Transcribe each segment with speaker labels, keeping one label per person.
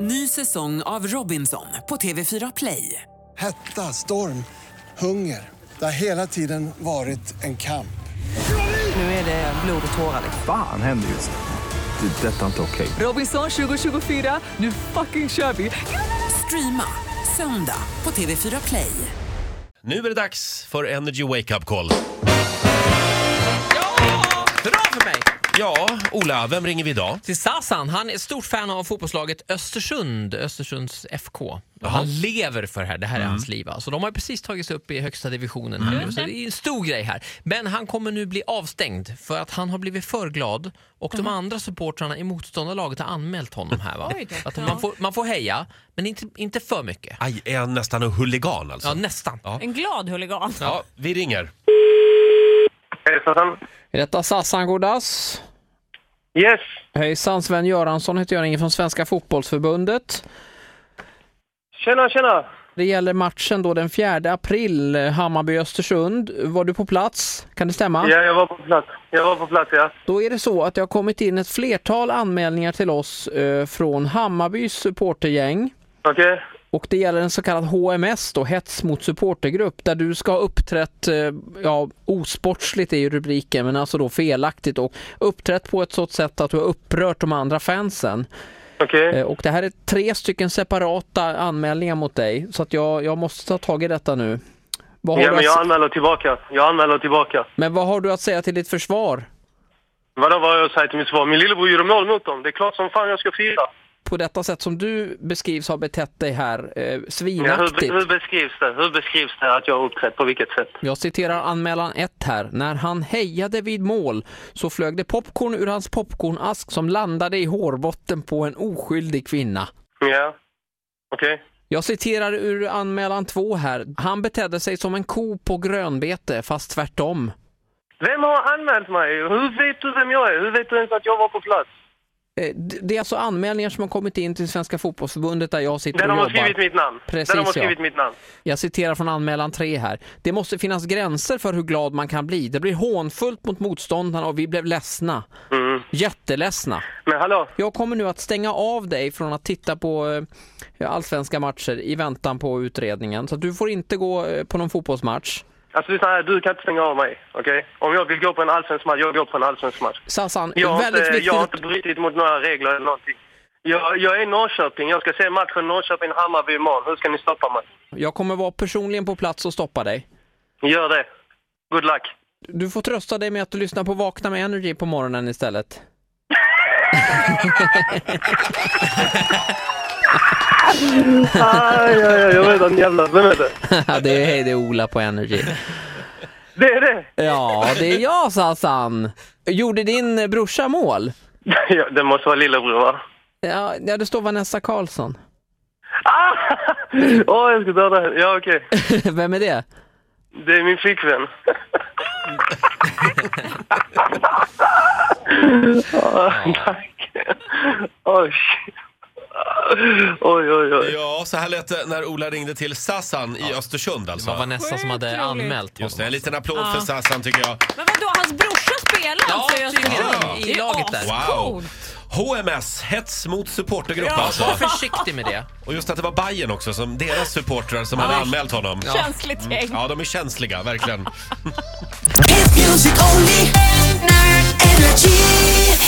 Speaker 1: Ny säsong av Robinson på TV4 Play.
Speaker 2: Hetta, storm, hunger. Det har hela tiden varit en kamp.
Speaker 1: Nu är det blod och tårar. liksom.
Speaker 3: Fan händer just nu. Det. är Detta är inte okej.
Speaker 1: Robinson 2024, nu fucking kör vi! Streama söndag på TV4 Play.
Speaker 4: Nu är det dags för Energy Wake Up Call.
Speaker 5: Bra för mig!
Speaker 4: Ja, Ola, vem ringer vi idag?
Speaker 5: Till Sasan, han är ett stort fan av fotbollslaget Östersund, Östersunds FK. Han lever för det här, det här är hans liv. Alltså, de har precis tagit sig upp i högsta divisionen här nu, så det är en stor grej här. Men han kommer nu bli avstängd för att han har blivit för glad och de andra supportrarna i motståndarlaget har anmält honom här. Va?
Speaker 6: Oj då.
Speaker 5: Att man, får, man får heja, men inte, inte för mycket.
Speaker 4: Aj, är han nästan en huligan alltså?
Speaker 5: Ja, nästan.
Speaker 6: En glad huligan.
Speaker 4: Ja, vi ringer.
Speaker 7: Hejsan.
Speaker 5: Är detta Sasan Godas?
Speaker 7: Yes.
Speaker 5: Hejsan, Sven Göransson heter jag, ringer från Svenska Fotbollsförbundet.
Speaker 7: Tjena, tjena.
Speaker 5: Det gäller matchen då den 4 april, Hammarby-Östersund. Var du på plats? Kan det stämma?
Speaker 7: Ja, jag var på plats. Jag var på plats, ja.
Speaker 5: Då är det så att det har kommit in ett flertal anmälningar till oss eh, från Hammarbys supportergäng.
Speaker 7: Okej.
Speaker 5: Och det gäller en så kallad HMS då, hets mot supportergrupp, där du ska ha uppträtt, eh, ja osportsligt är ju rubriken, men alltså då felaktigt och uppträtt på ett sådant sätt att du har upprört de andra fansen.
Speaker 7: Okej.
Speaker 5: Eh, Och det här är tre stycken separata anmälningar mot dig, så att jag, jag måste ta tag i detta nu. Vad har
Speaker 7: Ja,
Speaker 5: du
Speaker 7: men
Speaker 5: att-
Speaker 7: jag anmäler tillbaka. Jag anmäler tillbaka.
Speaker 5: Men vad har du att säga till ditt försvar
Speaker 7: Vadå, vad har jag sagt till mitt svar? Min lillebror gjorde mål mot dem. Det är klart som fan jag ska fira.
Speaker 5: på detta sätt som du beskrivs ha betett dig här, eh,
Speaker 7: Ja,
Speaker 5: svinaktigt?
Speaker 7: hur, hur beskrivs det? Hur beskrivs det att jag har uppträtt? På vilket sätt?
Speaker 5: Jag citerar anmälan 1 här. När han hejade vid mål så flög det popcorn ur hans popcornask som landade i hårbotten på en oskyldig kvinna.
Speaker 7: Ja. Okej.
Speaker 5: Jag citerar ur anmälan 2 här. Han betedde sig som en ko på grönbete, fast tvärtom.
Speaker 7: Vem har anmält mig? Hur vet du vem jag är? Hur vet du ens att jag var på plats?
Speaker 5: Eh, d- Det är alltså anmälningar som har kommit in till Svenska Fotbollförbundet där jag sitter
Speaker 7: Där
Speaker 5: och
Speaker 7: de har
Speaker 5: jobbar.
Speaker 7: skrivit mitt namn.
Speaker 5: Precis,
Speaker 7: Där de har
Speaker 5: ja.
Speaker 7: skrivit mitt namn.
Speaker 5: Jag citerar från anmälan 3 här. Det måste finnas gränser för hur glad man kan bli. Det blir hånfullt mot motståndarna och vi blev ledsna.
Speaker 7: Mm.
Speaker 5: Jätteledsna.
Speaker 7: Men hallå?
Speaker 5: Jag kommer nu att stänga av dig från att titta på eh, allsvenska matcher i väntan på utredningen. Så att du får inte gå eh, på någon fotbollsmatch.
Speaker 7: Alltså lyssna här, du kan inte stänga av mig. Okej? Om jag vill gå på en allsvensk match, jag går på en allsvensk match.
Speaker 5: Sassan,
Speaker 7: Jag har,
Speaker 5: väldigt
Speaker 7: inte,
Speaker 5: viktigt
Speaker 7: eh, jag har
Speaker 5: att...
Speaker 7: inte brutit mot några regler eller någonting. Jag, jag är i Norrköping. Jag ska se matchen Norrköping-Hammarby imorgon. Hur ska ni stoppa mig?
Speaker 5: Jag kommer vara personligen på plats och stoppa dig.
Speaker 7: Gör det. Good luck.
Speaker 5: Du får trösta dig med att du lyssnar på Vakna med Energy på morgonen istället.
Speaker 7: Aj, aj, aj, jag vet att ni jävlar... Vem är det?
Speaker 5: det är hej, det är Ola på Energy.
Speaker 7: Det är det!
Speaker 5: Ja, det är jag Sassan. Gjorde din brorsa mål?
Speaker 7: Ja, Det måste vara lillebror, va?
Speaker 5: Ja, ja, det står Vanessa Karlsson.
Speaker 7: Ah! Åh, jag ska döda henne. Ja, okej.
Speaker 5: Vem är det?
Speaker 7: Det är min flickvän. Ah, Tack. Oj. Oj, oj, oj.
Speaker 4: Ja, så här lät det när Ola ringde till Sassan i Östersund
Speaker 5: Det var
Speaker 4: alltså.
Speaker 5: Vanessa som hade
Speaker 6: Sjukt roligt.
Speaker 4: Just
Speaker 5: anmält honom. alltså.
Speaker 4: det, en liten applåd för Sassan tycker jag.
Speaker 6: Men vadå, hans brorsa spelar alltså i
Speaker 4: ja.
Speaker 6: Östersund?
Speaker 5: I laget där.
Speaker 4: Wow! HMS, hets mot supportergrupp alltså.
Speaker 5: Var försiktig med det.
Speaker 4: Och just att det var Bayern också, som deras supportrar som hade anmält honom. Ja.
Speaker 6: Känsligt gäng.
Speaker 4: ja, de är känsliga, verkligen.
Speaker 8: Hit music only. Energy.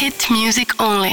Speaker 9: Hit music only.